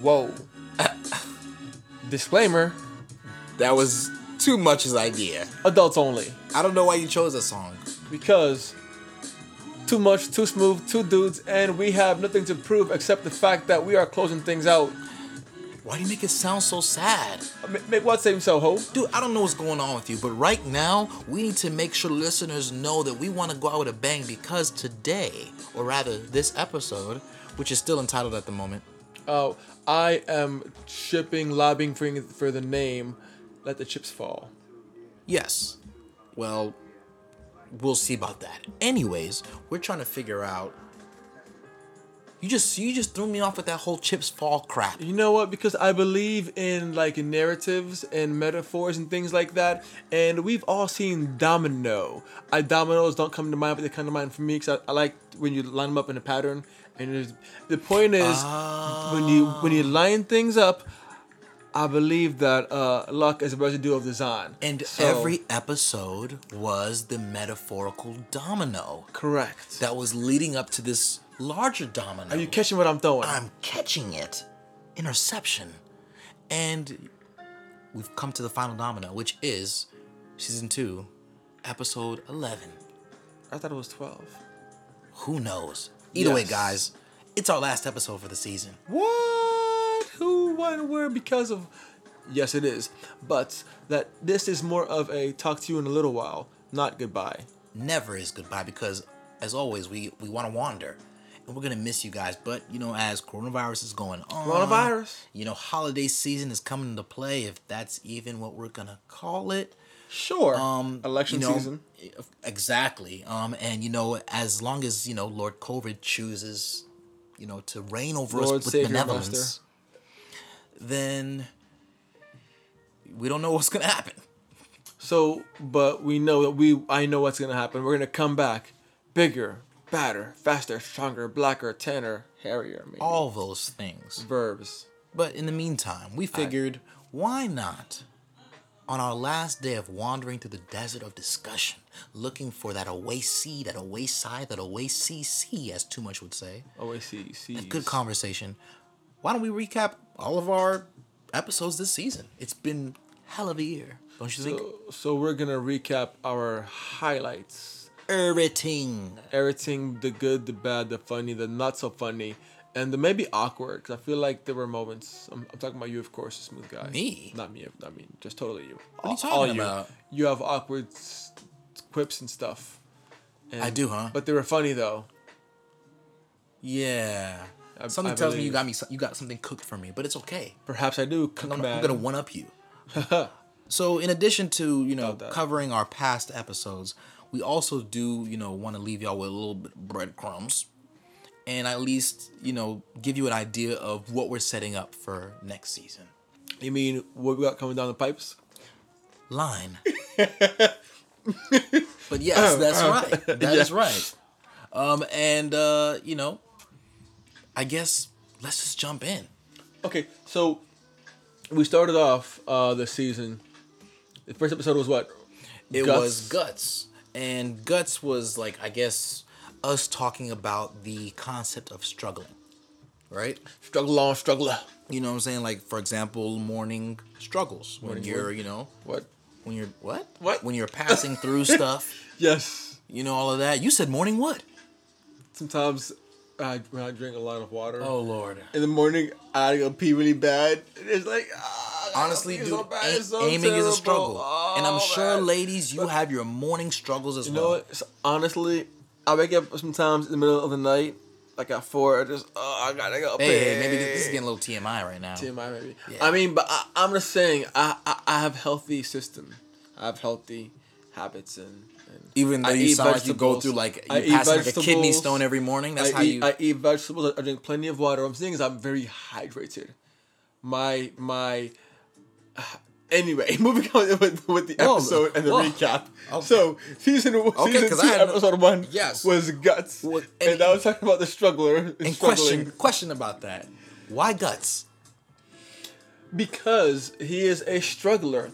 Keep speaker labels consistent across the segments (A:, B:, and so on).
A: Whoa. Disclaimer
B: That was too much his idea.
A: adults only.
B: I don't know why you chose that song.
A: Because too much, too smooth, two dudes, and we have nothing to prove except the fact that we are closing things out. Uh,
B: Why do you make it sound so sad?
A: M- Make what same so ho?
B: Dude, I don't know what's going on with you, but right now, we need to make sure listeners know that we want to go out with a bang because today, or rather this episode, which is still entitled at the moment,
A: Oh, I am shipping, lobbying for, for the name. Let the chips fall.
B: Yes. Well, we'll see about that. Anyways, we're trying to figure out. You just you just threw me off with that whole chips fall crap.
A: You know what? Because I believe in like narratives and metaphors and things like that. And we've all seen domino. I dominoes don't come to mind, but they come to mind for me because I, I like when you line them up in a pattern. And there's- the point is, when you when you
B: Ah.
A: line things up, I believe that uh, luck is a residue of design.
B: And
A: So-
B: every episode was the metaphorical domino
A: correct.
B: that was leading up to this larger domino.
A: Are you catching what I'm throwing?
B: I'm catching it. Interception. And we've come to the final domino, which is season 2, episode 11.
A: I thought it was twelve.
B: Who knows? Either way,
A: Yes.
B: guys, it's our last episode for the season.
A: What? Who? What? Where? Because of? Yes, it is. But that this is more of a talk to you in a little while, not goodbye.
B: Never is goodbye because, as always, we, we want to wander. And we're going to miss you guys. But, you know, as coronavirus is going on,
A: Coronavirus.
B: you know, holiday season is coming into play, if that's even what we're going to call it.
A: Sure.
B: Um,
A: election
B: you know,
A: season.
B: Exactly. Um, and, you know, as long as, you know, Lord COVID chooses, you know, to reign over
A: Lord,
B: us with
A: Savior, and
B: benevolence,
A: Master.
B: then we don't know what's going to happen.
A: So, but we know that we. I know what's gonna happen. We're gonna come back, bigger, badder, faster, stronger, blacker, tanner, hairier. Maybe.
B: all those things.
A: verbs.
B: But in the meantime, we figured why not on our last day of wandering through the desert of discussion, looking for that away sea, that away side, that away CC, as too much would say.
A: Always see. See.
B: Good conversation. Why don't we recap all of our episodes this season? It's been hell of a year, don't you think?
A: So we're gonna recap our highlights.
B: Everything.
A: everything the good the bad the funny the not so funny and the maybe awkward because i feel like there were moments I'm, I'm talking about you of course the smooth guy
B: Me?
A: not me not me just totally you
B: What are you
A: all
B: talking about?
A: you you have awkward s- quips and stuff and,
B: I do, huh?
A: but they were funny though
B: Yeah.
A: I-
B: something
A: I
B: tells me you
A: believe.
B: got me. You got something cooked for me, but it's okay.
A: perhaps i do
B: I'm
A: cook
B: gonna, I'm
A: man
B: gonna one up you. so in addition to you know
A: that.
B: covering our past episodes, we also do you know want to leave y'all with a little bit of breadcrumbs, and at least you know give you an idea of what we're setting up for next season.
A: you mean what we got coming down the pipes
B: Line. but yes,
A: Uh,
B: that's right. That is right. Um, and uh, you know, I guess let's just jump in.
A: okay so we started off uh the season the first episode was what
B: It
A: Guts.
B: was Guts. And Guts was like, I guess, us talking about the concept of struggling, right?
A: struggle on struggler
B: You know what I'm saying? Like, for example, morning struggles when
A: Morning
B: you're,
A: wood.
B: you know,
A: what
B: when you're what?
A: What?
B: When you're passing through stuff,
A: yes
B: you know, all of that. You said morning wood.
A: sometimes uh, when I drink a lot of water
B: Lord.
A: in the morning, I go pee really bad. It's like ah,
B: Honestly,
A: it's
B: dude,
A: so bad,
B: a-
A: it's so
B: aiming is
A: terrible.
B: a struggle. and I'm
A: Oh,
B: sure,
A: man.
B: ladies, you have your morning struggles as
A: You
B: well.
A: know what? It's- honestly, I wake up sometimes in the middle of the night, like at four. I just oh, I gotta go.
B: Hey,
A: pee.
B: hey, maybe this is getting a little TMI right now.
A: TMI, maybe.
B: Yeah.
A: I mean, but I, I'm just saying, I, I I have healthy system, I have healthy habits and. and
B: Even though
A: I
B: you
A: eat
B: sound like you go
A: vegetables.
B: through like
A: I
B: you
A: eat
B: pass like a kidney
A: vegetables.
B: stone every morning. That's
A: I
B: how
A: eat,
B: you.
A: I eat vegetables. I drink plenty of water. What I'm saying is I'm very hydrated. My my. Anyway, moving on with, with the
B: Whoa,
A: episode and the
B: whoa.
A: recap.
B: Okay.
A: So season one,
B: Okay,
A: season
B: 'cause
A: two,
B: I had-
A: episode one,
B: Yes.
A: was guts,
B: Well,
A: and,
B: and-
A: I was talking about the struggler and
B: And
A: struggling.
B: question question about that. Why guts?
A: because he is a struggler.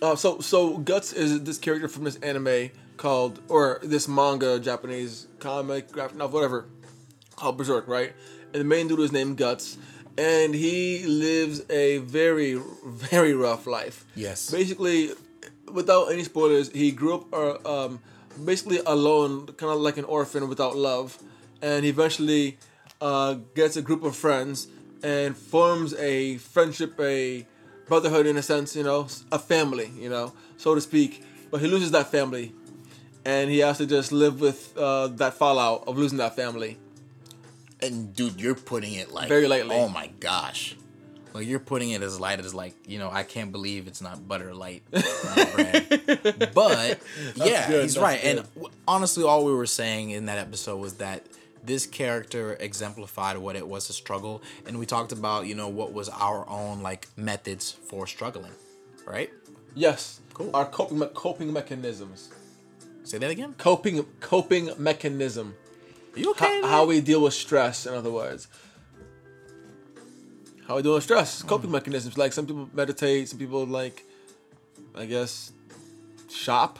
A: Uh, so so guts is this character from this anime called or this manga Japanese comic graphic novel whatever called Berserk, right? And the main dude is named Guts, and he lives a very, very rough life.
B: Yes.
A: Basically, without any spoilers, he grew up uh, um, basically alone, kind of like an orphan without love, and he eventually uh, gets a group of friends and forms a friendship, a brotherhood in a sense, you know, a family, you know, so to speak. But he loses that family, and he has to just live with uh, that fallout of losing that family.
B: And dude, you're putting it like
A: Very lightly.
B: Oh my gosh. Like you're putting it as light as like, you know, I can't believe it's not butter light. not bread. but yeah,
A: good,
B: he's
A: that's
B: right. And
A: good.
B: w- honestly all we were saying in that episode was that this character exemplified what it was to struggle and we talked about, you know, what was our own like methods for struggling, right?
A: Yes.
B: Cool.
A: Our coping me- coping mechanisms.
B: Say that again.
A: Coping coping mechanism.
B: Are you okay?
A: H- how we deal with stress, in other words. How we deal with stress, coping mechanisms. Like some people meditate, some people like, I guess, shop.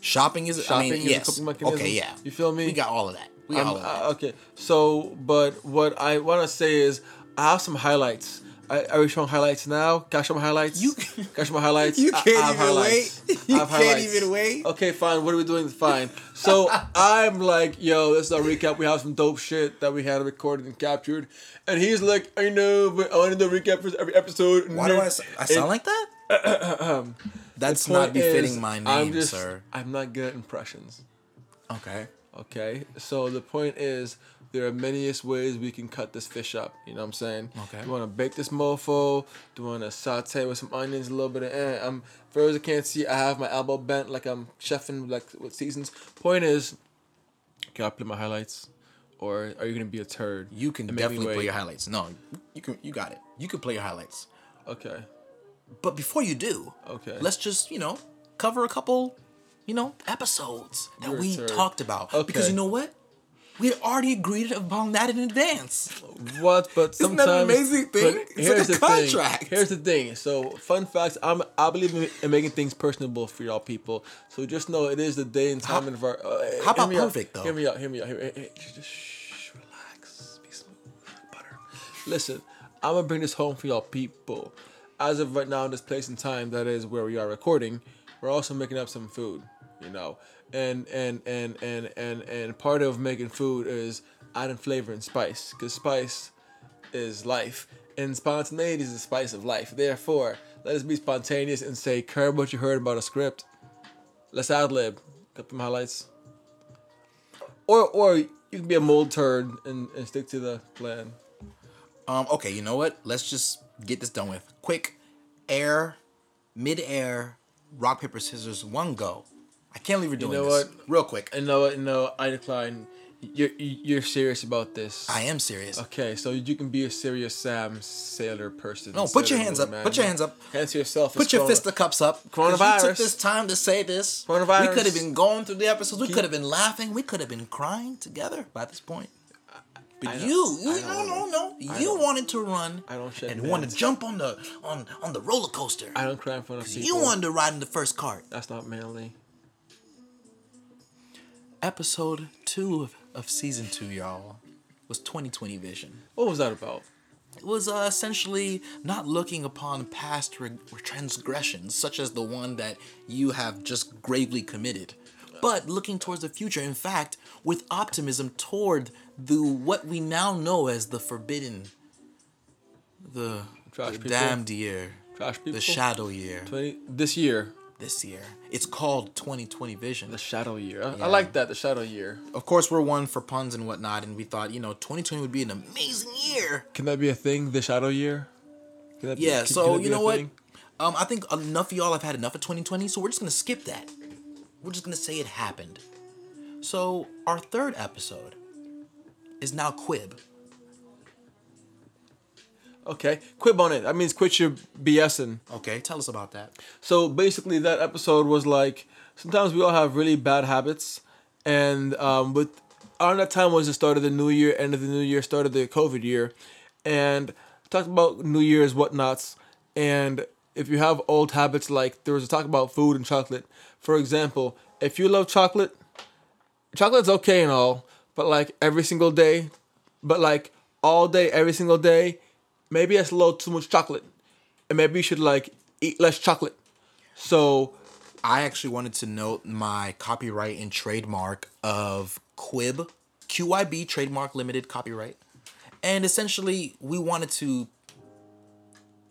B: Shopping is
A: Shopping
B: I mean,
A: is
B: yes.
A: a coping mechanism.
B: Okay, yeah.
A: You feel me?
B: We got all of that. We got
A: I'm-
B: all of that.
A: uh, okay. So, but what I want to say is, I have some highlights. I, are we showing highlights now? Can I show my highlights?
B: You-
A: can I show my highlights?
B: You
A: I- I
B: can't
A: have
B: even
A: highlights.
B: wait.
A: I have
B: You can't
A: highlights.
B: even wait.
A: Okay, fine. What are we doing? Fine. So I'm like, yo, this is our recap. We have some dope shit that we had recorded and captured. And he's like, I know, but I want to do a recap for every episode.
B: Why do I, s- I sound like that? That's not befitting my name,
A: I'm just,
B: sir.
A: I'm not good at impressions.
B: Okay.
A: Okay, so the point is there are manyest ways we can cut this fish up. You know what I'm saying?
B: Okay.
A: Do you want to bake this mofo? Do you want to saute with some onions, a little bit of? Eh, I'm for those that can't see, I have my elbow bent like I'm chefing like with seasons. Point is, can I play my highlights, or are you gonna be a turd?
B: You can
A: And make me
B: definitely
A: wait.
B: play your highlights. No, you can. You got it. You can play your highlights.
A: Okay.
B: But before you do,
A: Okay.
B: let's just you know cover a couple, you know, episodes that
A: You're a
B: we
A: turd.
B: talked about. Because
A: Okay.
B: you know what, we had already agreed upon that in advance.
A: What? But
B: Isn't
A: sometimes
B: that an amazing
A: but
B: thing? It's like
A: here's
B: a
A: the
B: contract.
A: Thing. Here's the thing. So fun facts. I'm I believe in, in making things personable for y'all people. So just know it is the day and time and of our. Uh, hear
B: about
A: me out.
B: perfect, though?
A: Hear me out. Hear me out. Hear, eh, eh, just shh, relax. Be smooth. Butter. Listen, I'm gonna bring this home for y'all people. As of right now, in this place and time, that is where we are recording. We're also making up some food, you know, and and and and and and part of making food is adding flavor and spice, cause spice is life, and spontaneity is the spice of life. Therefore, let us be spontaneous and say, curb what you heard about a script. Let's ad lib. Cut them highlights. Or or you can be a mold turd and, and stick to the plan.
B: Um. Okay. You know what? Let's just get this done with. Quick, air, mid air, rock paper scissors, one go. I can't believe we're doing
A: know
B: this.
A: what?
B: Real quick.
A: And no, no, I decline. You're you're serious about this.
B: I am serious.
A: Okay, so you can be a serious Sam sailor person.
B: No, put your
A: Sailor
B: hands
A: woman,
B: up. Put your hands up.
A: Hands to yourself.
B: Put your
A: Scroll-
B: fist of cups up. 'Cause You took
A: Coronavirus.
B: this time to say this.
A: Coronavirus.
B: We could have been going through the episodes. We could have been laughing. We could have been crying together by this point. But
A: I don't-
B: you, you
A: I
B: no,
A: don't
B: no,
A: wanna-
B: no.
A: I
B: You
A: don't-
B: wanted to run.
A: I don't shed
B: And wanted
A: hands.
B: to jump on the on on the roller coaster.
A: I don't cry in front of people.
B: You wanted to ride in the first cart.
A: That's not manly.
B: Episode two of, of season two, y'all, was 2020 vision.
A: What was that about?
B: was uh, essentially not looking upon past re- transgressions, such as the one that you have just gravely committed, but looking towards the future. In fact, with optimism toward the what we now know as the forbidden, the,
A: Trash
B: the
A: people.
B: damned year,
A: Trash people.
B: the shadow year.
A: 20, this year,
B: This year, it's called 2020 Vision.
A: the shadow year. I, I like that, the shadow year.
B: Of course, we're one for puns and whatnot, and we thought, you know, 2020 would be an amazing year.
A: Can that be a thing? The shadow year. Can that be-
B: Yeah,
A: can- can
B: so
A: that be
B: you
A: a
B: know what?
A: thing?
B: Um, I think enough of y'all have had enough of 2020, so we're just gonna skip that. We're just gonna say it happened. So our third episode is now Quib.
A: Okay, quib on it. That means quit your BSing.
B: Okay, tell us about that.
A: So basically, that episode was like sometimes we all have really bad habits, and um, with around that time was the start of the new year, end of the new year, start of the COVID year, and talked about New Year's whatnots, and if you have old habits like there was a talk about food and chocolate, for example, if you love chocolate, chocolate's okay and all, but like every single day, but like all day, every single day, maybe that's a little too much chocolate, and maybe you should like eat less chocolate. So
B: I actually wanted to note my copyright and trademark of Quib, QYB trademark limited copyright. And essentially, we wanted to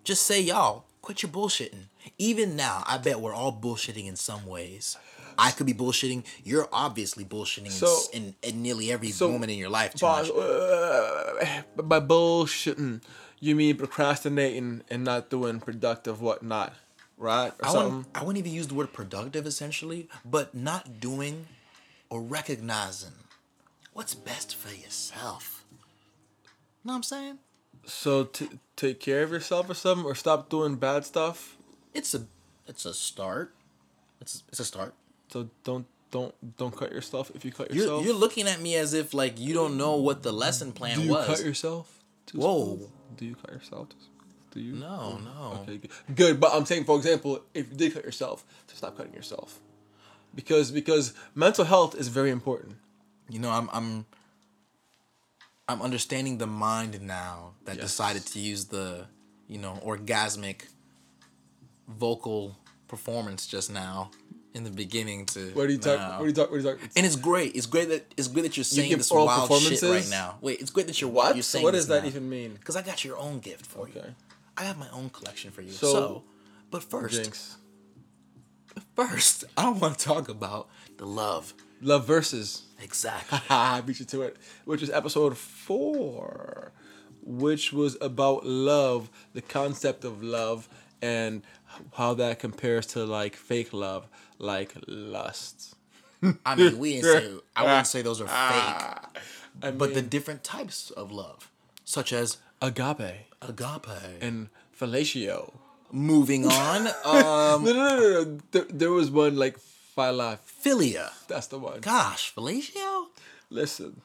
B: just say, y'all, quit your bullshitting. Even now, I bet we're all bullshitting in some ways. I could be bullshitting. You're obviously bullshitting in
A: So-
B: s- in, in, nearly every moment in your life. Too
A: Pause.
B: much.
A: Uh, but by bullshitting, you mean procrastinating and not doing productive whatnot, right? Or
B: I,
A: something.
B: wouldn't, I wouldn't even use the word productive, essentially, but not doing or recognizing what's best for yourself. Know what I'm saying?
A: So t- take care of yourself or something, or stop doing bad stuff.
B: It's a it's a start. It's it's a start.
A: So don't don't don't cut yourself if you cut
B: You're,
A: yourself.
B: you're looking at me as if like you don't know what the lesson plan
A: Do you
B: was.
A: cut yourself? too
B: Whoa.
A: smooth? Do you cut yourself? too smooth? Do you?
B: no, no.
A: Okay, good. good. But I'm saying, for example, if you did cut yourself, to stop cutting yourself, because because mental health is very important.
B: You know, I'm I'm I'm understanding the mind now that
A: Yes.
B: decided to use the, you know, orgasmic vocal performance just now in the beginning to
A: What do you talk?
B: now.
A: What do you talk? What do you talk?
B: and it's great. It's great that it's great that you're saying
A: give
B: this
A: oral
B: wild shit right
A: performances?
B: now. Wait, it's great that you're
A: What?
B: You're
A: So
B: saying
A: what
B: this
A: does that
B: now.
A: even mean?
B: Because I got your own gift for you.
A: Okay.
B: I have my own collection for you. So,
A: So-
B: but first,
A: Jinx.
B: first, I want to talk about the love.
A: Love versus.
B: Exactly.
A: I beat you to it, which was episode four, which was about love, the concept of love, and how that compares to like fake love, like lust.
B: I mean, we didn't say I wouldn't say those are fake,
A: Ah, I
B: but the different types of love, such as
A: Agape
B: agape.
A: and fellatio.
B: Moving on, um,
A: No, no, no, no. no. There, there was one like phila.
B: philia.
A: That's the one.
B: Gosh, fellatio.
A: Listen,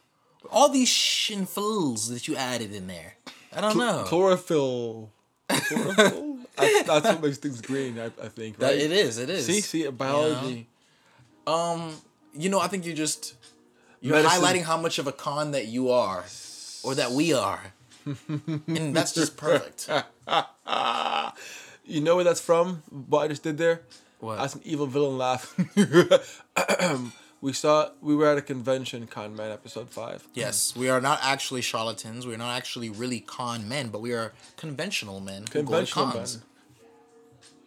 B: All these shinfils that you added in there. I don't
A: Oh.
B: know.
A: chlorophyll. Chlorophyll. I, that's what makes things green. I, I think. Right?
B: That- Uh, it is. It is.
A: See, see, biology.
B: You know, I think you're just you're
A: Medicine.
B: highlighting how much of a con that you are, or that we are, and that's just perfect.
A: You know where that's from? What I just did there?
B: What?
A: That's an evil villain laugh. we saw we were at a convention, Con Man, episode five.
B: Yes, we are not actually charlatans. We are not actually really con men, but we are conventional men who go to
A: Conventional man.
B: cons.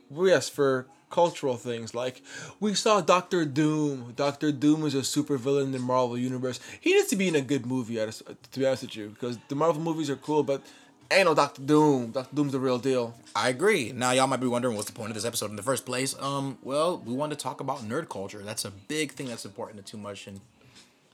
A: Well, yes, for cultural things like we saw Doctor Doom. Doctor Doom is a supervillain in the Marvel universe. He needs to be in a good movie. I just- To be honest with you, because the Marvel movies are cool, but ain't no Doctor Doom. Doctor Doom's the real deal.
B: I agree. Now y'all might be wondering what's the point of this episode in the first place. Um, well, we wanted to talk about nerd culture. That's a big thing that's important to too much and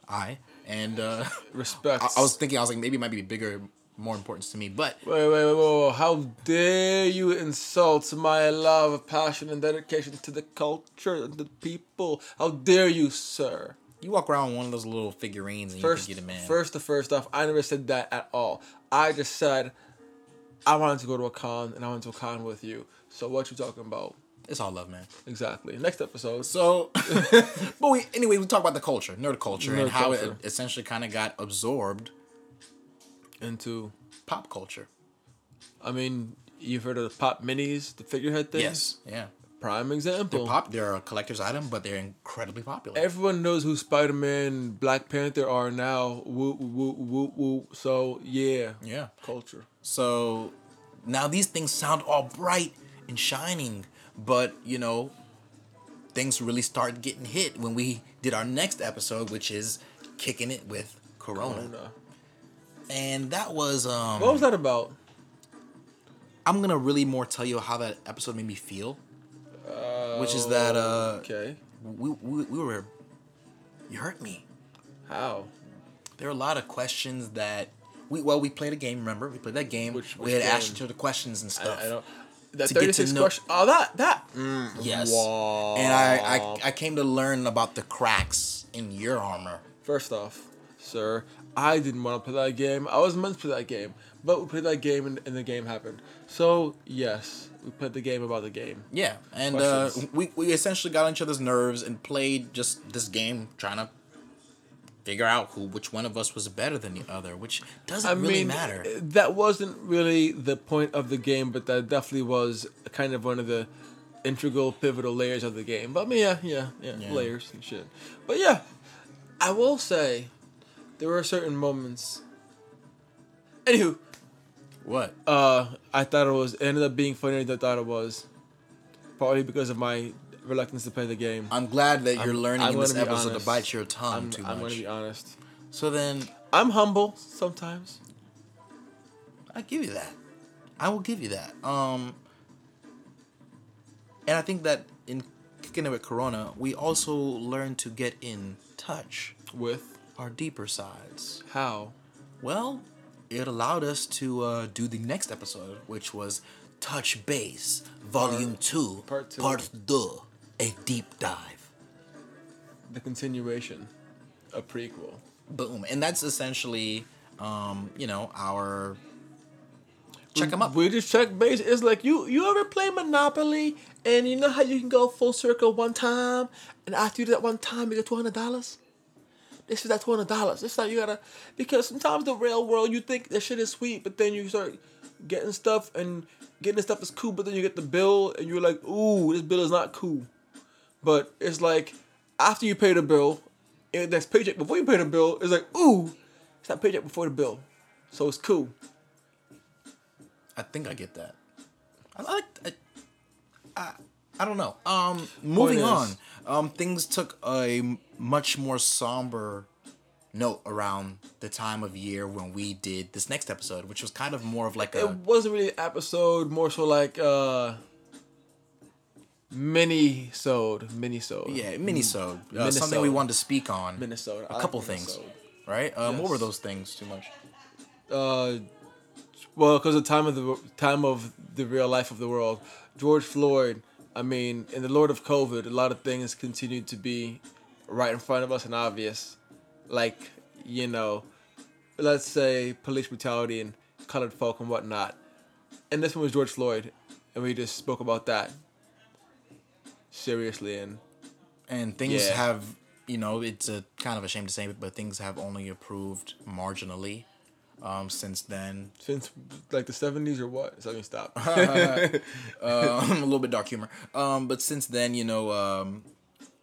B: I and uh,
A: Respect.
B: I, I was thinking I was like maybe it might be bigger, more importance to me, but
A: Wait, wait, wait, wait, wait. How dare you insult my love, passion, and dedication to the culture and the people? How dare you, sir?
B: you walk around with one of those little figurines and
A: First,
B: you think you're the man.
A: first, the first off, I never said that at all. I just said I wanted to go to a con and I went to a con with you. So what you talking about?
B: it's all love, man.
A: Exactly. Next episode.
B: So, but we anyway we talk about the culture, nerd culture, and
A: Nerd
B: how
A: culture.
B: it essentially kind of got absorbed
A: Into,
B: pop culture.
A: I mean, you've heard of the pop minis, the figurehead thing.
B: Yes, yeah.
A: Prime example.
B: Pop, they're a collector's item, but they're incredibly popular.
A: everyone knows who Spider Man, Black Panther are now. Woo, woo, woo, woo. So yeah,
B: Yeah.
A: culture.
B: So now these things sound all bright and shining, but you know, things really start getting hit when we did our next episode, which is kicking it with Corona,
A: Corona.
B: and that was um.
A: What was that about?
B: I'm gonna really more tell you how that episode made me feel, which is that uh,
A: Oh, Okay,
B: we, we we were, you hurt me.
A: how?
B: There are a lot of questions that we well we played a game. Remember we played that game.
A: Which-
B: we
A: which
B: had
A: game?
B: asked each other questions and stuff.
A: I, I don't. That
B: To get to
A: thirty six
B: know-
A: question. Oh, that that. Mm,
B: Yes.
A: Wow.
B: And I, I I came to learn about the cracks in your armor.
A: First off, sir, I didn't want to play that game. I was meant to play that game, but we played that game and, and the game happened. So yes, we played the game about the game.
B: Yeah, and uh,
A: Questions?
B: we we essentially got on each other's nerves and played just this game, trying to figure out who which one of us was better than the other, which doesn't
A: I
B: really
A: mean, uh,
B: matter.
A: that wasn't really the point of the game, but that definitely was kind of one of the integral, pivotal layers of the game. But I mean, yeah, yeah, yeah, layers and shit. But yeah, I will say there were certain moments. Anywho,
B: What?
A: uh, I thought it was it ended up being funnier than I thought it was, probably because of my reluctance to play the game.
B: I'm glad that you're learning
A: I'm
B: in this
A: gonna be
B: episode to
A: honest.
B: bite your tongue
A: I'm,
B: too
A: I'm
B: much.
A: gonna be honest.
B: so then
A: I'm humble sometimes.
B: I give you that. I will give you that. Um, and I think that in kicking it with Corona, we also learn to get in touch
A: With
B: our deeper sides.
A: how?
B: Well, it allowed us to uh, do the next episode, which was Touch Base, Volume Two,
A: Part Two.
B: Part Two, a deep dive.
A: the continuation, a prequel.
B: Boom, and that's essentially, um, you know, our check them up.
A: We just check base. It's like you you ever play Monopoly and you know how you can go full circle one time, and after you do that one time, you get two hundred dollars. This is that two hundred dollars. This is how you gotta because sometimes the real world you think that shit is sweet, but then you start getting stuff and getting the stuff is cool, but then you get the bill and you're like, ooh, this bill is not cool. But it's like after you pay the bill, and that's paycheck before you pay the bill, it's like, ooh, it's that paycheck before the bill. So it's cool.
B: I think I get that. I I like. I, I, I don't know. Um,
A: Point
B: moving
A: is-
B: on. Um, things took a m- much more somber note around the time of year when we did this next episode, which was kind of more of like
A: it
B: a
A: wasn't really an episode, more so like uh mini sewed. Mini sewed.
B: yeah mini-sode, uh, something we
A: Minnesota.
B: wanted to speak on.
A: Minnesota. I
B: A
A: like
B: couple things,
A: Minnesota.
B: right? Um, What were
A: Yes.
B: those things? Too much.
A: Uh well, because the time of the time of the real life of the world, George Floyd. I mean, in the Lord of COVID, a lot of things continue to be right in front of us and obvious, like you know, let's say police brutality and colored folk and whatnot. And this one was George Floyd, and we just spoke about that seriously and
B: and things
A: Yeah.
B: have you know it's a kind of a shame to say but things have only improved marginally um, since then
A: since like the seventies or what? So let me stop.
B: um, a little bit dark humor um, but since then you know um,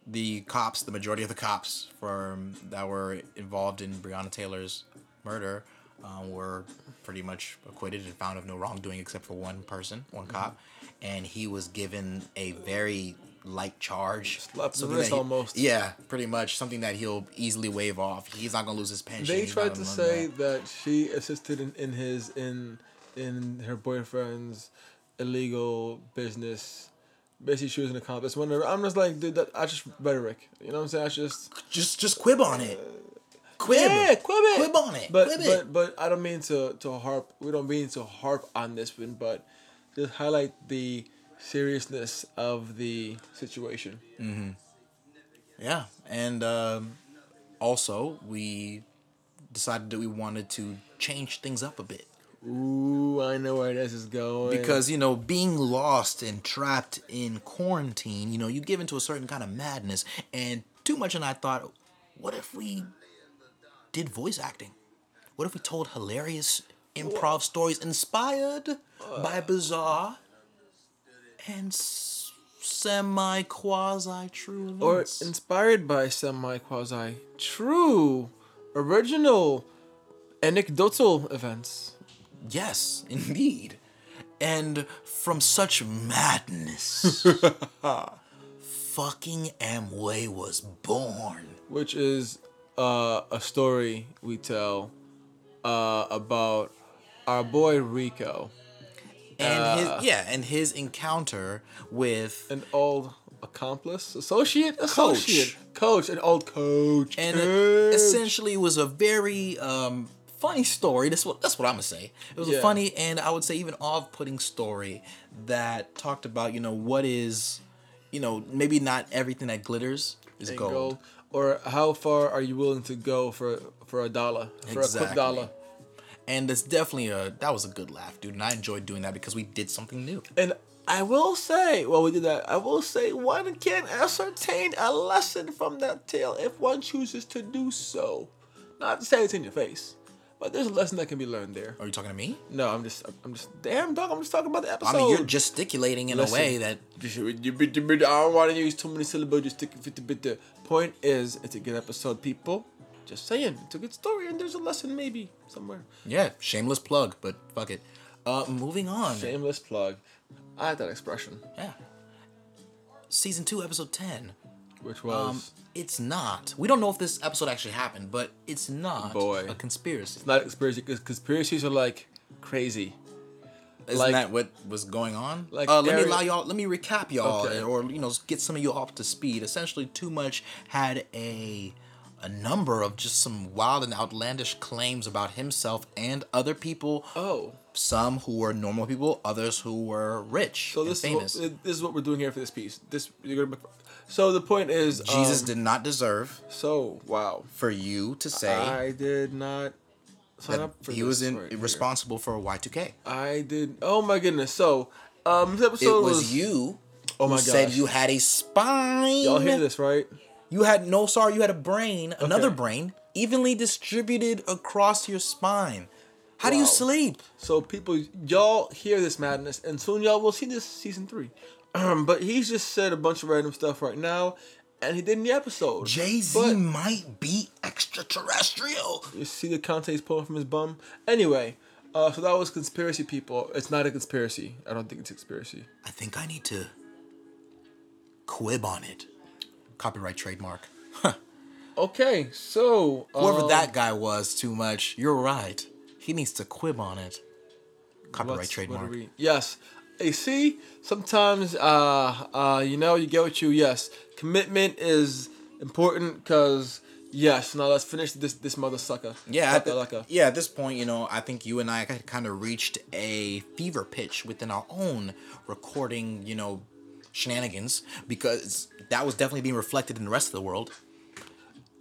B: the cops the majority of the cops from that were involved in breonna taylor's murder um, were pretty much acquitted and found of no wrongdoing except for one person one
A: Mm-hmm.
B: cop and he was given a very light charge
A: Slap the
B: Something
A: wrist
B: that he-
A: almost.
B: Yeah, pretty much something that he'll easily waive off. He's not gonna lose his pension.
A: They
B: he's
A: tried to
B: not gonna learn
A: say
B: that.
A: that she assisted in, in his in in her boyfriend's illegal business. Basically, she was an accomplice. Whatever. I'm just like, dude, that I just rhetoric. You know what I'm saying? I just
B: just just quib on it. Quib.
A: Uh, yeah, quib it,
B: Quib on it.
A: But
B: quib
A: but
B: it.
A: but I don't mean to to harp. We don't mean to harp on this one, but just highlight the seriousness of the situation.
B: Yeah, and um, also we decided that we wanted to change things up a bit
A: Ooh, I know where this is going.
B: because you know being lost and trapped in quarantine, you know, you give into a certain kind of madness. And too much, and I thought, what if we did voice acting? What if we told hilarious improv stories inspired by bizarre and semi quasi true
A: or
B: events?
A: inspired by semi quasi true original anecdotal events.
B: yes, indeed. And from such madness, fucking Amway was born.
A: which is uh, a story we tell uh, about our boy Rico,
B: and
A: Uh.
B: his yeah, and his encounter with
A: an old accomplice, associate,
B: Coach.
A: associate, coach, an old coach,
B: and it
A: coach.
B: essentially it was a very um, funny story. That's what that's what I'm gonna say. It was a
A: Yeah.
B: funny and I would say even off-putting story that talked about you know what is, you know maybe not everything that glitters is
A: And
B: gold.
A: gold. Or how far are you willing to go for for a dollar, for a
B: Exactly.
A: quick dollar?
B: and it's definitely a that was a good laugh, dude. And I enjoyed doing that because we did something new.
A: And I will say, well, we did that. I will say, one can ascertain a lesson from that tale if one chooses to do so. Not to say it's in your face, but there's a lesson that can be learned there.
B: Are you talking to me?
A: No, I'm just, I'm just, damn dog, I'm just talking about the
B: I
A: episode.
B: mean, you're gesticulating in
A: Listen.
B: a way that
A: I don't want to use too many syllables. Just stick it to bit. The point is, it's a good episode, people. Just saying, it's a good story, and there's a lesson maybe somewhere.
B: yeah, shameless plug, but fuck it. Uh, moving on.
A: Shameless plug. I had that expression,
B: Yeah. Season two, episode ten.
A: which
B: Um,
A: was
B: it's not. We don't know if this episode actually happened, but it's not
A: Boy.
B: a conspiracy.
A: not conspiracy because conspiracies are like crazy.
B: Isn't
A: Like-
B: that what was going on?
A: Like
B: uh, let me
A: there-
B: allow y'all. Let me recap y'all,
A: Okay.
B: or you know, get some of you up to speed. Essentially, too much had a a number of just some wild and outlandish claims about himself and other people.
A: Oh,
B: Some who were normal people, others who were rich
A: so
B: and
A: this is, what,
B: famous.
A: this is what we're doing here for this piece. This you're gonna. So the point is,
B: Jesus
A: um,
B: did not deserve
A: So wow,
B: for you to say
A: I did not sign
B: that
A: up for
B: he
A: this
B: was in,
A: right here.
B: responsible for Y2K.
A: I did. Oh my goodness. So um, this
B: It
A: episode
B: was,
A: was
B: you
A: Oh my
B: who said
A: gosh.
B: you had a spine.
A: Y'all hear this, right?
B: You had no sorry, you had a brain, another
A: Okay.
B: brain, evenly distributed across your spine. How do you
A: Wow.
B: sleep?
A: So people, y'all hear this madness, and soon y'all will see this season three. but he's just said a bunch of random stuff right now, and he did in the episode.
B: Jay Z
A: But
B: might be extraterrestrial.
A: you see the content he's pulling from his bum. Anyway, uh, so that was conspiracy, people. It's not a conspiracy. I don't think it's a conspiracy.
B: I think I need to quib on it. Copyright trademark.
A: Okay, so um,
B: Whoever that guy was, too much. You're right. He needs to quib on it.
A: uh,
B: Copyright
A: What's- what are
B: trademark.
A: we- yes. Hey, see, sometimes, uh, uh, you know, you get what you, yes. Commitment is important because, yes, now let's finish this this mother sucker.
B: Yeah, at
A: Sucker,
B: the-
A: sucker.
B: yeah. At this point, you know, I think you and I had kind of reached a fever pitch within our own recording, you know, shenanigans because that was definitely being reflected in the rest of the world.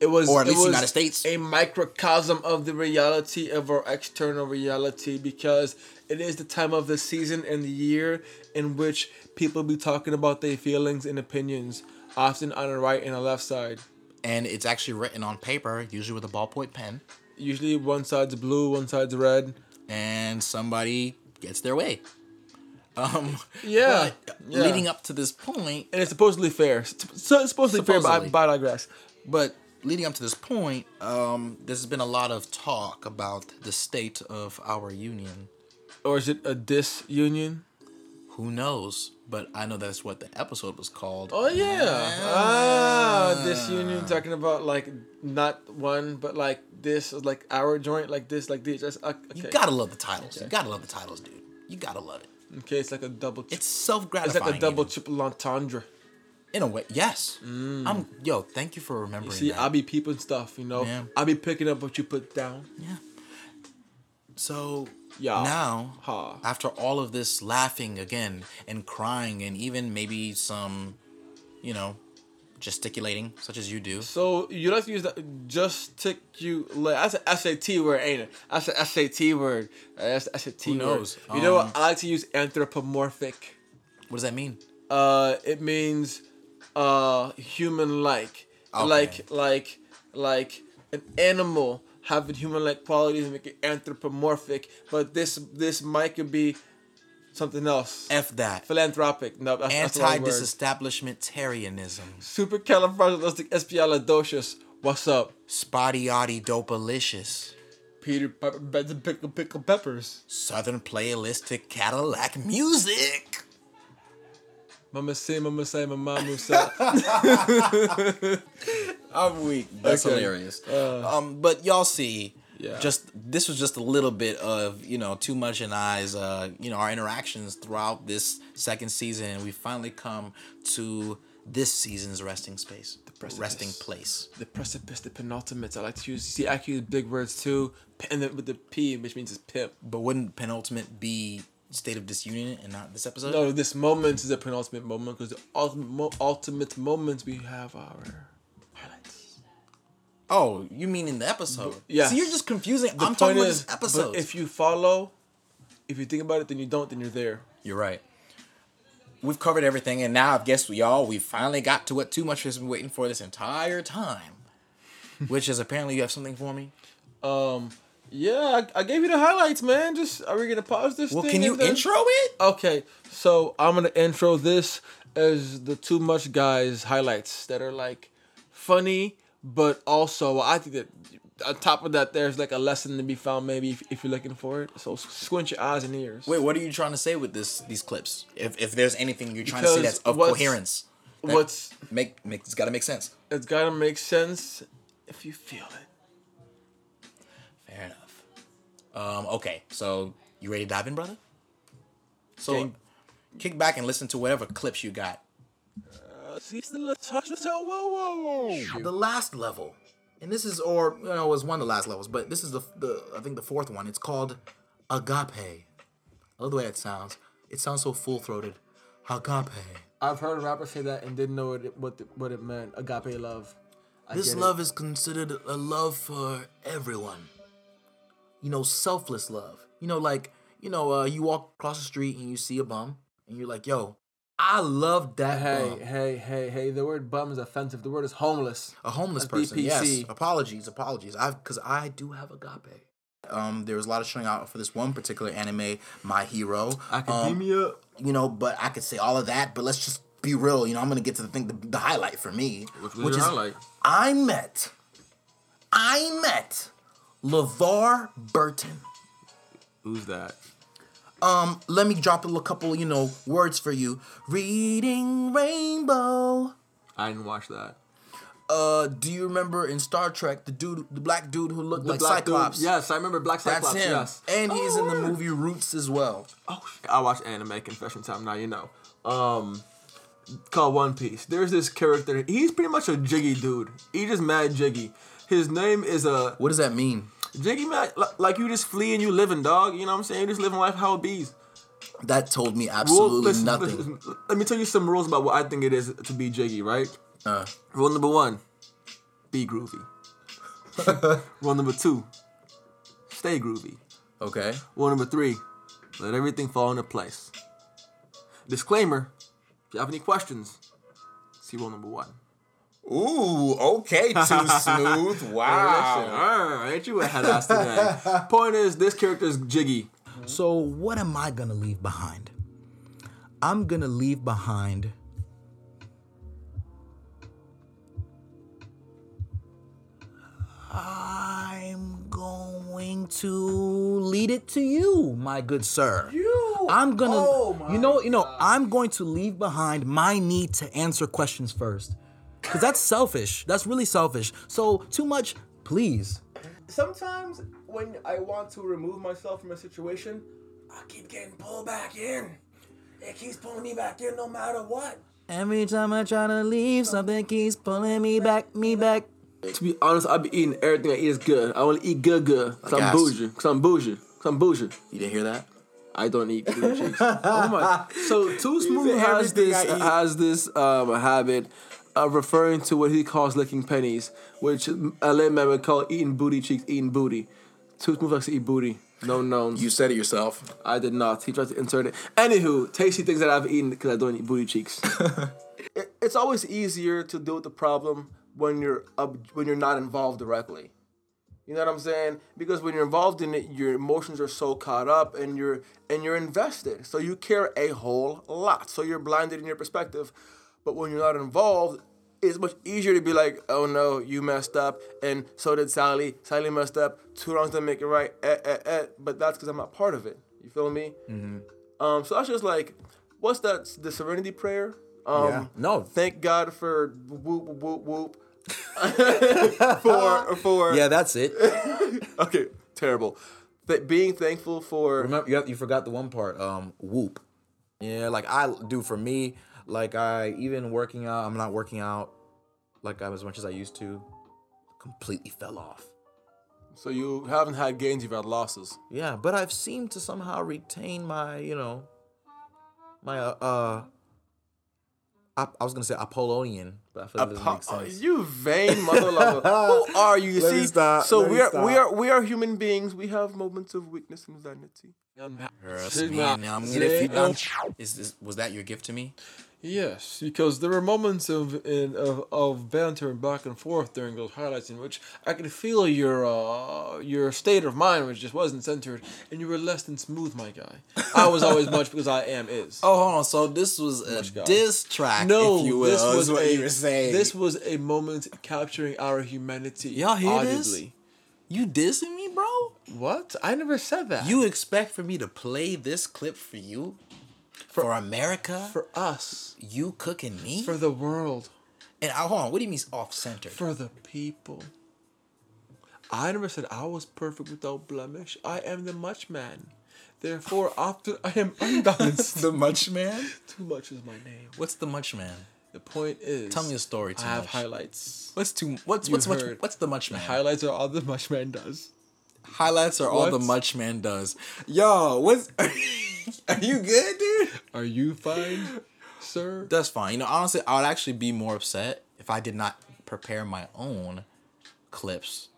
A: It was,
B: Or at
A: it
B: least
A: was
B: United States.
A: a microcosm of the reality of our external reality because it is the time of the season and the year in which people be talking about their feelings and opinions, often on the right and the left side.
B: And it's actually written on paper, usually with a ballpoint pen,
A: Usually, one side's blue, one side's red.
B: and somebody gets their way. Um,
A: Yeah,
B: but
A: yeah.
B: Leading up to this point,
A: and it's supposedly fair. S- So it's supposedly, fair, but I,
B: Supposedly.
A: but I digress.
B: But leading up to this point, um, there's been a lot of talk about the state of our union.
A: Or is it a disunion?
B: Who knows? But I know that's what the episode was called.
A: Oh yeah, ah, disunion. Talking about like not one, but like this, like our joint, like this, like this. That's, uh, okay.
B: You gotta love the titles. You gotta love the titles, dude. You gotta love it.
A: okay, it's like a double.
B: It's self
A: it's
B: gratifying.
A: like a double triple entendre.
B: in a way. Yes. I'm. Yo, thank you for remembering.
A: See,
B: that.
A: I be peeping stuff, you know.
B: Yeah.
A: I be picking up what you put down.
B: Yeah. So
A: Yeah.
B: now,
A: Ha.
B: after all of this laughing again and crying and even maybe some, you know, gesticulating such as you do.
A: So you like to use that just tick you like that's an SAT word, ain't it? That's an SAT word. That's an SAT Who
B: knows?
A: You know
B: Um,
A: what? I like to use anthropomorphic.
B: What does that mean?
A: Uh, it means uh human like.
B: Okay.
A: Like like like an animal having human like qualities and make it anthropomorphic, but this this might could be something else.
B: F that.
A: Philanthropic. No, that's, that's the wrong word.
B: Anti-disestablishmentarianism.
A: Supercalifragilisticexpialidocious. What's up?
B: Spotty oddy dopalicious.
A: Peter Pepper, Benson Pickle Pickle Peppers.
B: Southern playlistic Cadillac music.
A: Mama say, mama say, my mama say.
B: I'm weak. That's
A: Okay. Uh.
B: hilarious. um, but y'all see,
A: Yeah.
B: just this was just a little bit of you know too much and I's uh you know our interactions throughout this second season, and we finally come to this season's resting space,
A: precipice.
B: resting place.
A: the precipice, the penultimate. I like to use. See, I can use big words too, p- and then with the P, which means it's pimp.
B: But wouldn't penultimate be state of disunion and not this episode?
A: No, this moment is the penultimate moment because the ultimate, mo- ultimate moments we have our highlights.
B: Oh, you mean in the episode?
A: yeah.
B: So you're just confusing.
A: The
B: I'm talking
A: point
B: about
A: is,
B: this episode.
A: But if you follow, if you think about it, then you don't, then you're there.
B: You're right. We've covered everything, and now I guess y'all, we finally got to what Too Much has been waiting for this entire time, which is apparently you have something for me.
A: Um, yeah, I, I gave you the highlights, man. Just are we gonna pause this?
B: Well,
A: thing
B: can you
A: and then-
B: intro it?
A: Okay, so I'm gonna intro this as the Too Much Guys highlights that are like funny, but also I think that on top of that, there's like a lesson to be found maybe if, if you're looking for it. So squint your eyes and ears.
B: Wait, what are you trying to say with this these clips? If if there's anything you're trying to say
A: Because
B: that's of
A: what's-
B: coherence, that
A: what's
B: make make it's got to make sense.
A: it's gotta make sense if you feel it.
B: Fair enough. Um, okay, so you ready to dive in, brother? So
A: Gang.
B: kick back and listen to whatever clips you got.
A: Uh, see, it's the little touch. it's a- Whoa, whoa, whoa.
B: The last level, and this is or you know it was one of the last levels, but this is the the I think the fourth one. It's called agape. I love the way it sounds. It sounds so full throated. Agape.
A: I've heard rappers say that and didn't know what it, what, the, what it meant. Agape love. I
B: This
A: get it.
B: love is considered a love for everyone. You know, selfless love. You know, like, you know, uh, you walk across the street and you see a bum and you're like, yo, I love that
A: Hey,
B: bum.
A: hey, hey, hey! The word "bum" is offensive. The word is homeless.
B: A homeless
A: a
B: person. Yes.
A: BPC.
B: Apologies, apologies. I've because I do have agape. Um, there was a lot of showing out for this one particular anime, My Hero. Um,
A: Academia.
B: you know, but I could say all of that, but let's just be real, you know, I'm gonna get to the thing the, the highlight for me.
A: Which was your highlight?
B: I met I met LeVar Burton.
A: Who's that?
B: Um, let me drop a little couple, you know, words for you. Reading Rainbow.
A: I didn't watch that.
B: Uh, do you remember in Star Trek the dude the black dude who looked
A: The
B: like
A: black dude-
B: Cyclops?
A: Yes, I remember Black
B: That's
A: Cyclops.
B: him.
A: Yes,
B: And he's in the
A: movie.
B: movie Roots as well.
A: Oh, shit. I watch anime confession time now. You know, um, called One Piece. There's this character. He's pretty much a jiggy dude. He just mad jiggy. His name is uh,
B: What does that mean?
A: jiggy man. li- Like you just fleeing, you living, dog. You know what I'm saying? You just living life how it bees.
B: That told me
A: Well,
B: absolutely
A: listen,
B: nothing.
A: listen, let me tell you some rules about what I think it is to be jiggy. Right.
B: Uh,
A: Rule number one, be groovy. Rule number two, stay groovy.
B: okay.
A: Rule number three, let everything fall into place. Disclaimer, if you have any questions, see rule number one.
B: Ooh, okay, too smooth.
A: Listen, ain't you a head ass today? Point is, this character is jiggy.
B: So, what am I gonna leave behind? I'm gonna leave behind. I'm going to lead it to you, my good sir.
A: You?
B: I'm gonna.
A: Oh my
B: you know. You know. I'm going to leave behind my need to answer questions first, because that's selfish. That's really selfish. So too much, please.
A: Sometimes when I want to remove myself from a situation, I keep getting pulled back in. It keeps pulling me back in no matter what.
B: Every time I try to leave, something keeps pulling me back, me back.
A: To be honest, I be eating everything I eat is good. I only eat good good. Cause
B: Like
A: I'm
B: ass.
A: bougie. Cause I'm bougie. Cause I'm bougie.
B: You didn't hear that?
A: I don't eat blue cheese. oh my! So Too Smooth has
B: everything
A: this
B: I eat.
A: has this um, habit of referring to what he calls licking pennies, which LA men would call eating booty cheeks, eating booty. Too Smooth likes to eat booty. No knowns.
B: You said it yourself.
A: I did not. He tried to insert it. Anywho, tasty things that I've eaten because I don't eat booty cheeks. It- it's always easier to deal with the problem when you're up, when you're not involved directly. You know what I'm saying? Because when you're involved in it, your emotions are so caught up and you're and you're invested. So you care a whole lot. So you're blinded in your perspective. But when you're not involved, it's much easier to be like, oh no, you messed up, and so did Sally. Sally messed up. Two wrongs don't make it right. Eh, eh, eh. But that's because I'm not part of it. You feel me? Um, so that's just like, what's that? The Serenity Prayer. Um,
B: Yeah. No.
A: Thank God for whoop whoop whoop. for for
B: Yeah, that's it.
A: okay, terrible. Th- being thankful for
B: Remember, you, you forgot the one part. Um, whoop. Yeah, like I do for me. Like I even working out, I'm not working out like as much as I used to. Completely fell off.
A: so you haven't had gains, you've had losses.
B: Yeah, but I've seemed to somehow retain my, you know, my uh, uh I, I was gonna say Apollonian
C: But I feel like it doesn't
D: Apo-
C: make sense.
D: You vain mother lover. Who are you? You
C: Let me
D: see,
C: stop.
D: so
C: Let me
D: we are
C: stop.
D: we are we are human beings. We have moments of weakness and vanity.
B: Trust me, now I'm gonna- if you don't- is this, was that your gift to me?
A: Yes, because there were moments of in, of of banter and back and forth during those highlights in which I could feel your uh, your state of mind, which just wasn't centered, and you were less than smooth, my guy. I was always much because I am is.
B: Oh, hold on. So this was a
A: God.
B: diss track,
A: no,
B: if you will.
A: this
B: is
A: was
B: what
A: a
B: you were saying.
A: this was a moment capturing our humanity.
B: Y'all hear this?
A: audibly.
B: you dissing me, bro?
A: What? I never said that.
B: You expect for me to play this clip for you? For, America?
A: for us,
B: you cooking me?
A: for the world,
B: and I, hold on, what do you mean off center?
A: for the people. I never said I was perfect without blemish. I am the much man. Therefore, often I am unbalanced.
B: the Much Man?
A: Too much is my name.
B: What's the Much Man?
A: The point is,
B: Tell me a story.
A: I
B: Too
A: have
B: much.
A: highlights.
B: What's too? What's
A: You
B: what's much?
A: heard.
B: What's the Much Man?
A: Highlights are all the much man does.
B: Highlights are all the
A: What?
B: Much Man does. Yo, what's? are you good, dude?
A: Are you fine, sir?
B: That's fine. You know, honestly, I would actually be more upset if I did not prepare my own clips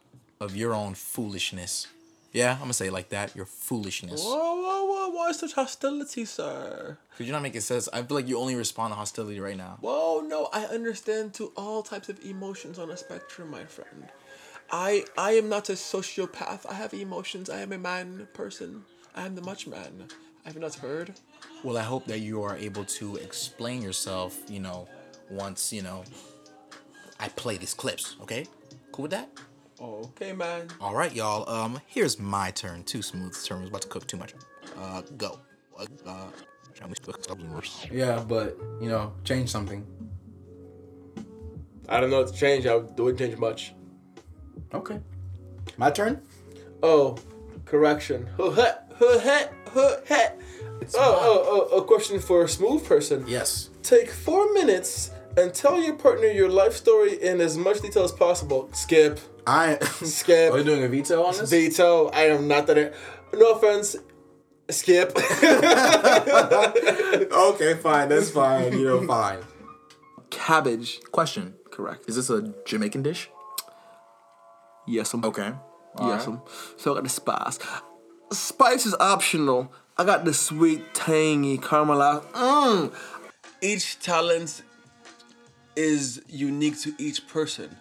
B: of your own foolishness. Yeah, I'm gonna say it like that. Your foolishness.
A: Whoa, whoa, whoa! Why such hostility, sir?
B: Cause you're not making sense. I feel like you only respond to hostility right now.
A: Whoa, no, I understand to all types of emotions on a spectrum, my friend. I I am not a sociopath. I have emotions. I am a man person. I am the much man. I have not heard.
B: Well, I hope that you are able to explain yourself. You know, once you know, I play these clips. Okay, cool with that.
A: Okay, man.
B: All right, y'all. Um, here's my turn. Too smooth. Turn was about to cook too much. Uh, go. Uh,
C: Yeah, but you know, change something.
D: I don't know what to change. I wouldn't change much.
C: Okay. My turn.
D: Oh, correction. Oh, oh, oh, a question for a smooth person.
C: Yes.
D: Take four minutes and tell your partner your life story in as much detail as possible. Skip.
C: I.
D: Skip.
C: Are you doing a veto on this?
D: Veto. I am not that. No offense. Skip.
C: okay, fine. That's fine. You know, fine.
E: Cabbage.
C: Question.
E: Correct.
C: Is this a Jamaican dish? um,
E: Yes, I'm.
C: Okay. um,
E: Yes, I'm. So I got the spice. Spice is optional. I got the sweet, tangy, caramelized. Mmm.
A: Each talent is unique to each person.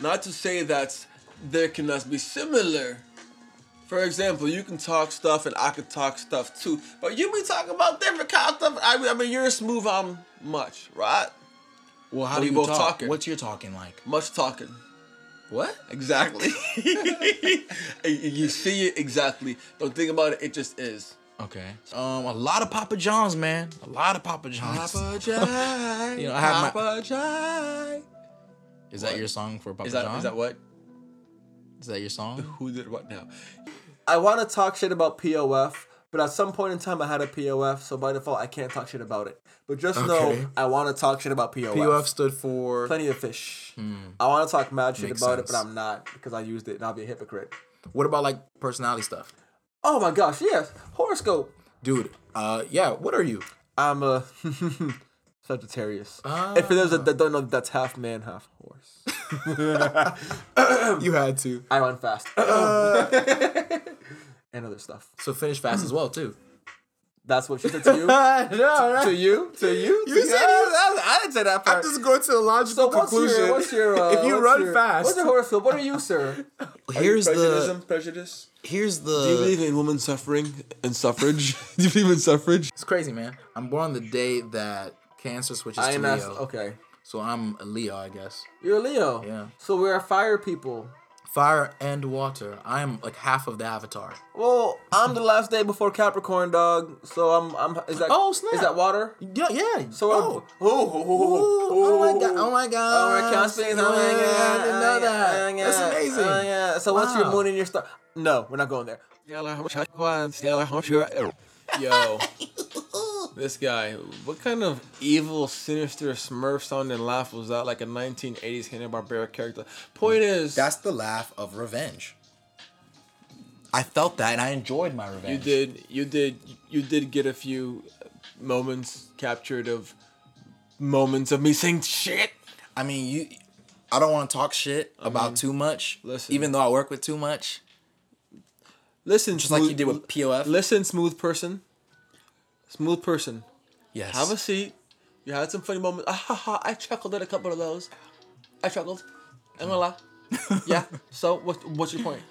A: Not to say that there cannot be similar. For example, you can talk stuff and I could talk stuff too, but you be talking about different kind of stuff. I mean, I mean you're smooth. I'm much, right?
B: Well, how
A: Well,
B: do
A: you
B: you
A: both
B: talk?
A: talking.
B: What's your talking like?
A: Much talking.
B: What?
A: Exactly. you you see it exactly. Don't think about it. It just is.
B: Okay. Um, a lot of Papa John's, man. A lot of Papa John's.
A: Jack.
B: You know, I have my-
A: Jack.
B: Is that your song for Papa
A: Is that
B: John?
A: is that what?
B: Is that your song?
A: Who did what now?
E: I want to talk shit about POF, but at some point in time I had a POF, so by default I can't talk shit about it. But just
C: Okay.
E: know I want to talk shit about POF.
C: POF stood for.
E: Plenty of fish.
A: Hmm.
E: I want to talk mad shit
C: Makes
E: about it,
C: sense.
E: but I'm not because I used it and I'll be a hypocrite.
C: What about like personality stuff,
E: Oh my gosh, yes. Horoscope.
C: dude? Uh, yeah. What are you?
E: I'm a Sagittarius.
C: Ah.
E: And for those that, that don't know, that's half man, half horse.
C: You had to.
E: I run fast. and other stuff.
C: So finish fast as well too.
E: That's what she said to you. to you. To you. to
C: You said you-
E: I didn't say that part.
C: I'm just going to the
E: So
C: logical
E: what's
C: conclusion.
E: your, what's your uh,
C: if you
E: what's
C: run
E: your-
C: fast,
E: What's your horoscope? What are you, sir?
B: Here's the.
A: prejudice.
B: Here's
A: Do you
B: the.
A: believe in women's suffering and suffrage? Do you believe in suffrage?
C: it's crazy, man. I'm born on the day that Cancer switches
E: I
C: to
E: am
C: Leo,
E: asked, okay.
C: so I'm a Leo, I guess.
E: You're a Leo.
C: Yeah.
E: So we're fire people.
C: Fire and water. I am like half of the Avatar.
E: Well, I'm the last day before Capricorn, dog. So I'm. I'm. Is that?
C: Oh, snap.
E: Is that water?
C: Yeah, yeah.
E: So.
C: oh.
E: Oh. Oh.
C: oh my god! Oh my
E: Oh,
C: god!
E: my God, space. Oh, my God.
C: I didn't know that. That's amazing.
E: Oh, yeah. So what's your
C: Wow.
E: moon and your star? No, we're not going there.
A: Yo, this guy. What kind of evil, sinister Smurf sounding laugh was that? Like a 1980s Hanna Barbera character. Point is,
B: That's the laugh of revenge. I felt that and I enjoyed my revenge.
A: you did, you did, you did get a few moments captured of moments of me saying shit.
B: I mean, you. I don't want to talk shit about too much.
A: listen.
B: Even though I work with too much,
A: Listen,
B: just like you did with POF.
A: Listen, smooth person. Smooth person.
B: yes.
A: Have a seat. You had some funny moments. Ah, ha, ha, I chuckled at a couple of those. I chuckled. I'm gonna lie. yeah. So what, what's your point?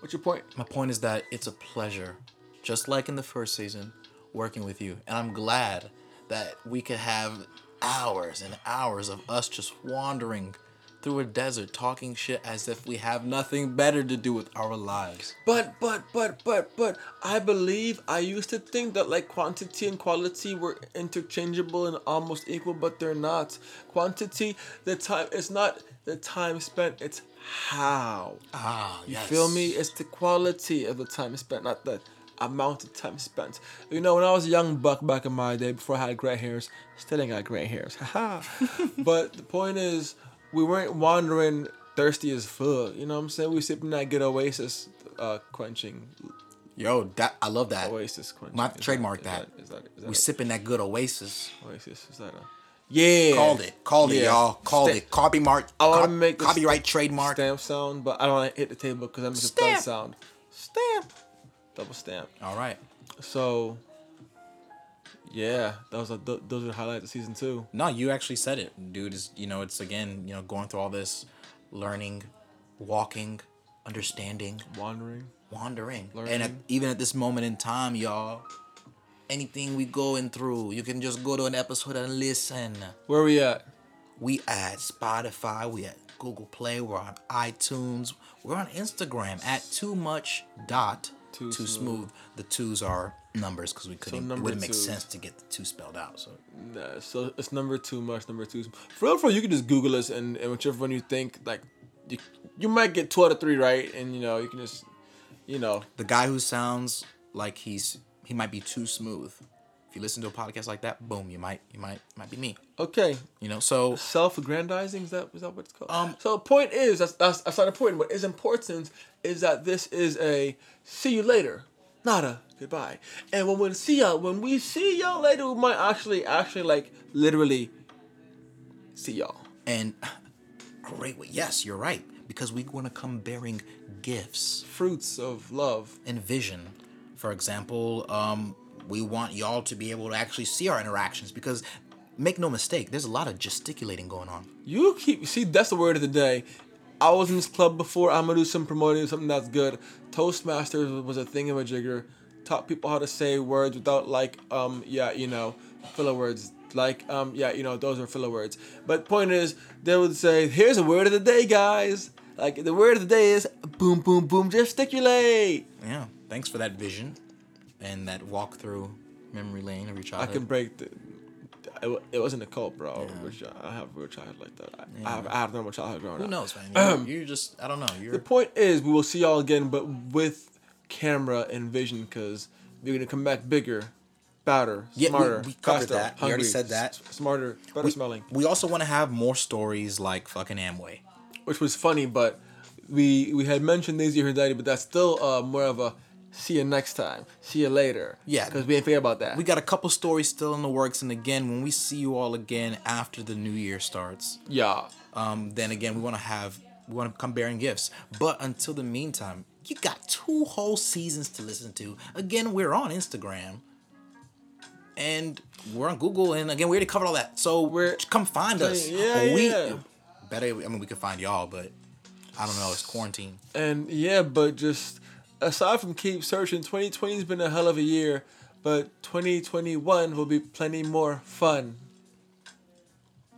A: What's your point?
B: My point is that it's a pleasure, just like in the first season, working with you. And I'm glad that we could have hours and hours of us just wandering through a desert talking shit as if we have nothing better to do with our lives.
A: But but but but but I believe I used to think that like quantity and quality were interchangeable and almost equal, but they're not. Quantity, the time it's not the time spent, it's how.
B: Ah,
A: You
B: yes.
A: feel me? It's the quality of the time spent, not the amount of time spent. You know, when I was a young buck back in my day, before I had gray hairs, still ain't got gray hairs. Haha. but the point is, we weren't wandering thirsty as fuck. You know what I'm saying? We sipping that good Oasis uh, quenching.
B: Yo, that I love that.
A: Oasis quenching.
B: Might have to
A: Is
B: trademark that.
A: Is that, is that,
B: We
A: is that
B: sipping that good Oasis.
A: Oasis? Is that a. Yeah.
B: Called it. Called it,
A: Yeah.
B: y'all. Called
A: Sta-
B: it. Copy mark.
A: I wanna
B: co-
A: make this-
B: copyright trademark.
A: Stamp sound, but I don't want to hit the table because that makes a thud
B: Stamp.
A: sound. Stamp. Double stamp.
B: All right.
A: So, yeah, that was a, th- those are the highlights of season two.
B: No, you actually said it, dude. Is you know, it's again, you know, going through all this, learning, walking, understanding,
A: Wandering.
B: wandering, and at,
A: Learning.
B: even at this moment in time, y'all, anything we going through, you can just go to an episode and listen.
A: Where we at?
B: We at Spotify, we at Google Play, we're on iTunes, we're on Instagram at too much dot too,
A: Too
B: smooth.
A: smooth.
B: The twos are numbers because we couldn't. it
A: number
B: wouldn't make
A: two.
B: sense to get the two spelled out. So
A: Nah, so it's number two much, number two. For real, for real, you can just Google us and, and whichever one you think, like, you, you might get two out of three right, and you know, you can just, you know,
B: the guy who sounds like he's he might be too smooth. If you listen to a podcast like that, boom, you might you might might be me.
A: okay,
B: You know, so
A: self-aggrandizing is that is that what it's called
B: Um,
A: so the point is that's that's, that's not important what is important is that this is a see you later nada goodbye and when we see y'all when we see y'all later we might actually actually like literally see y'all
B: and great. way- Yes, you're right because we want to come bearing gifts
A: fruits of love
B: and vision. For example, um, we want y'all to be able to actually see our interactions because make no mistake, there's a lot of gesticulating going on.
A: you keep see that's the word of the day i was in this club before i'm gonna do some promoting something that's good toastmasters was a thing of a jigger taught people how to say words without like um yeah you know filler words like um yeah you know those are filler words but point is they would say here's a word of the day guys like the word of the day is boom boom boom gesticulate
B: Yeah, thanks for that vision and that walk through memory lane of your
A: i
B: childhood.
A: can break the it, wa- it wasn't a cult, bro. Which I have a real childhood like that. I, I have I have normal childhood growing
B: Who
A: up.
B: knows, man? You're, you're just I don't know. You're
A: The point is, we will see y'all again, but with camera and vision, because we're gonna come back bigger, badder,
B: Yeah, we-
A: smarter,
B: we covered
A: faster,
B: that. We already
A: hungry,
B: said that.
A: s- smarter, better
B: we,
A: smelling,
B: We also want to have more stories like fucking Amway.
A: which was funny, but we we had mentioned these here and daddy, but that's still uh, more of a see you next time, see you later.
B: Yeah.
A: because we ain't forget about that.
B: We got a couple stories still in the works, and again, when we see you all again after the new year starts,
A: yeah,
B: um, then again we want to have we want to come bearing gifts. But until the meantime, you got two whole seasons to listen to. Again, we're on Instagram. And we're on Google, and again, we already covered all that. So we're come find us.
A: Yeah,
B: we
A: yeah.
B: better. I mean, we could find y'all, but I don't know. It's quarantine.
A: and yeah, but just aside from keep searching, 2020 has been a hell of a year, but 2021 will be plenty more fun.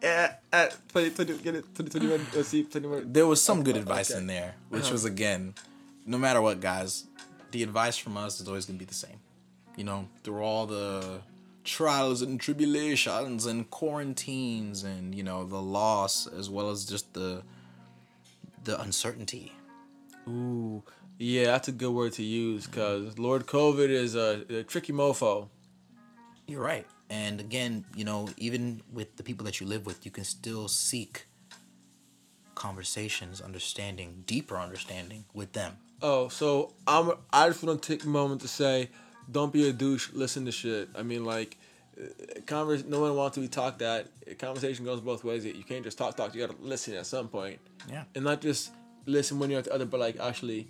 A: Eh, eh, 2020, get it? 2021, you'll see plenty more.
B: there was some good advice
A: okay.
B: in there, which was again, no matter what, guys, the advice from us is always gonna be the same. You know, through all the trials and tribulations and quarantines and you know the loss as well as just the the uncertainty.
A: Ooh, yeah, that's a good word to use because Lord COVID is a, a tricky mofo.
B: You're right. And again, you know, even with the people that you live with, you can still seek conversations, understanding, deeper understanding with them.
A: Oh, so I'm. I just want to take a moment to say, don't be a douche. Listen to shit. I mean, like, Converse, no one wants to be talked at. Conversation goes both ways. You can't just talk, talk. You gotta listen at some point.
B: Yeah.
A: And not just listen when you're at the other, but like actually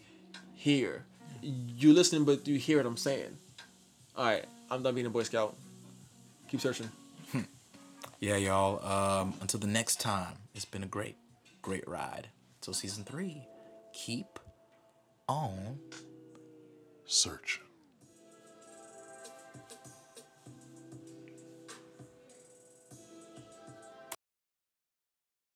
A: hear. You listen, but you hear what I'm saying. All right, I'm done being a Boy Scout. Keep searching.
B: Yeah, y'all. Um, until the next time, it's been a great, great ride. Till season three, keep on.
F: Search.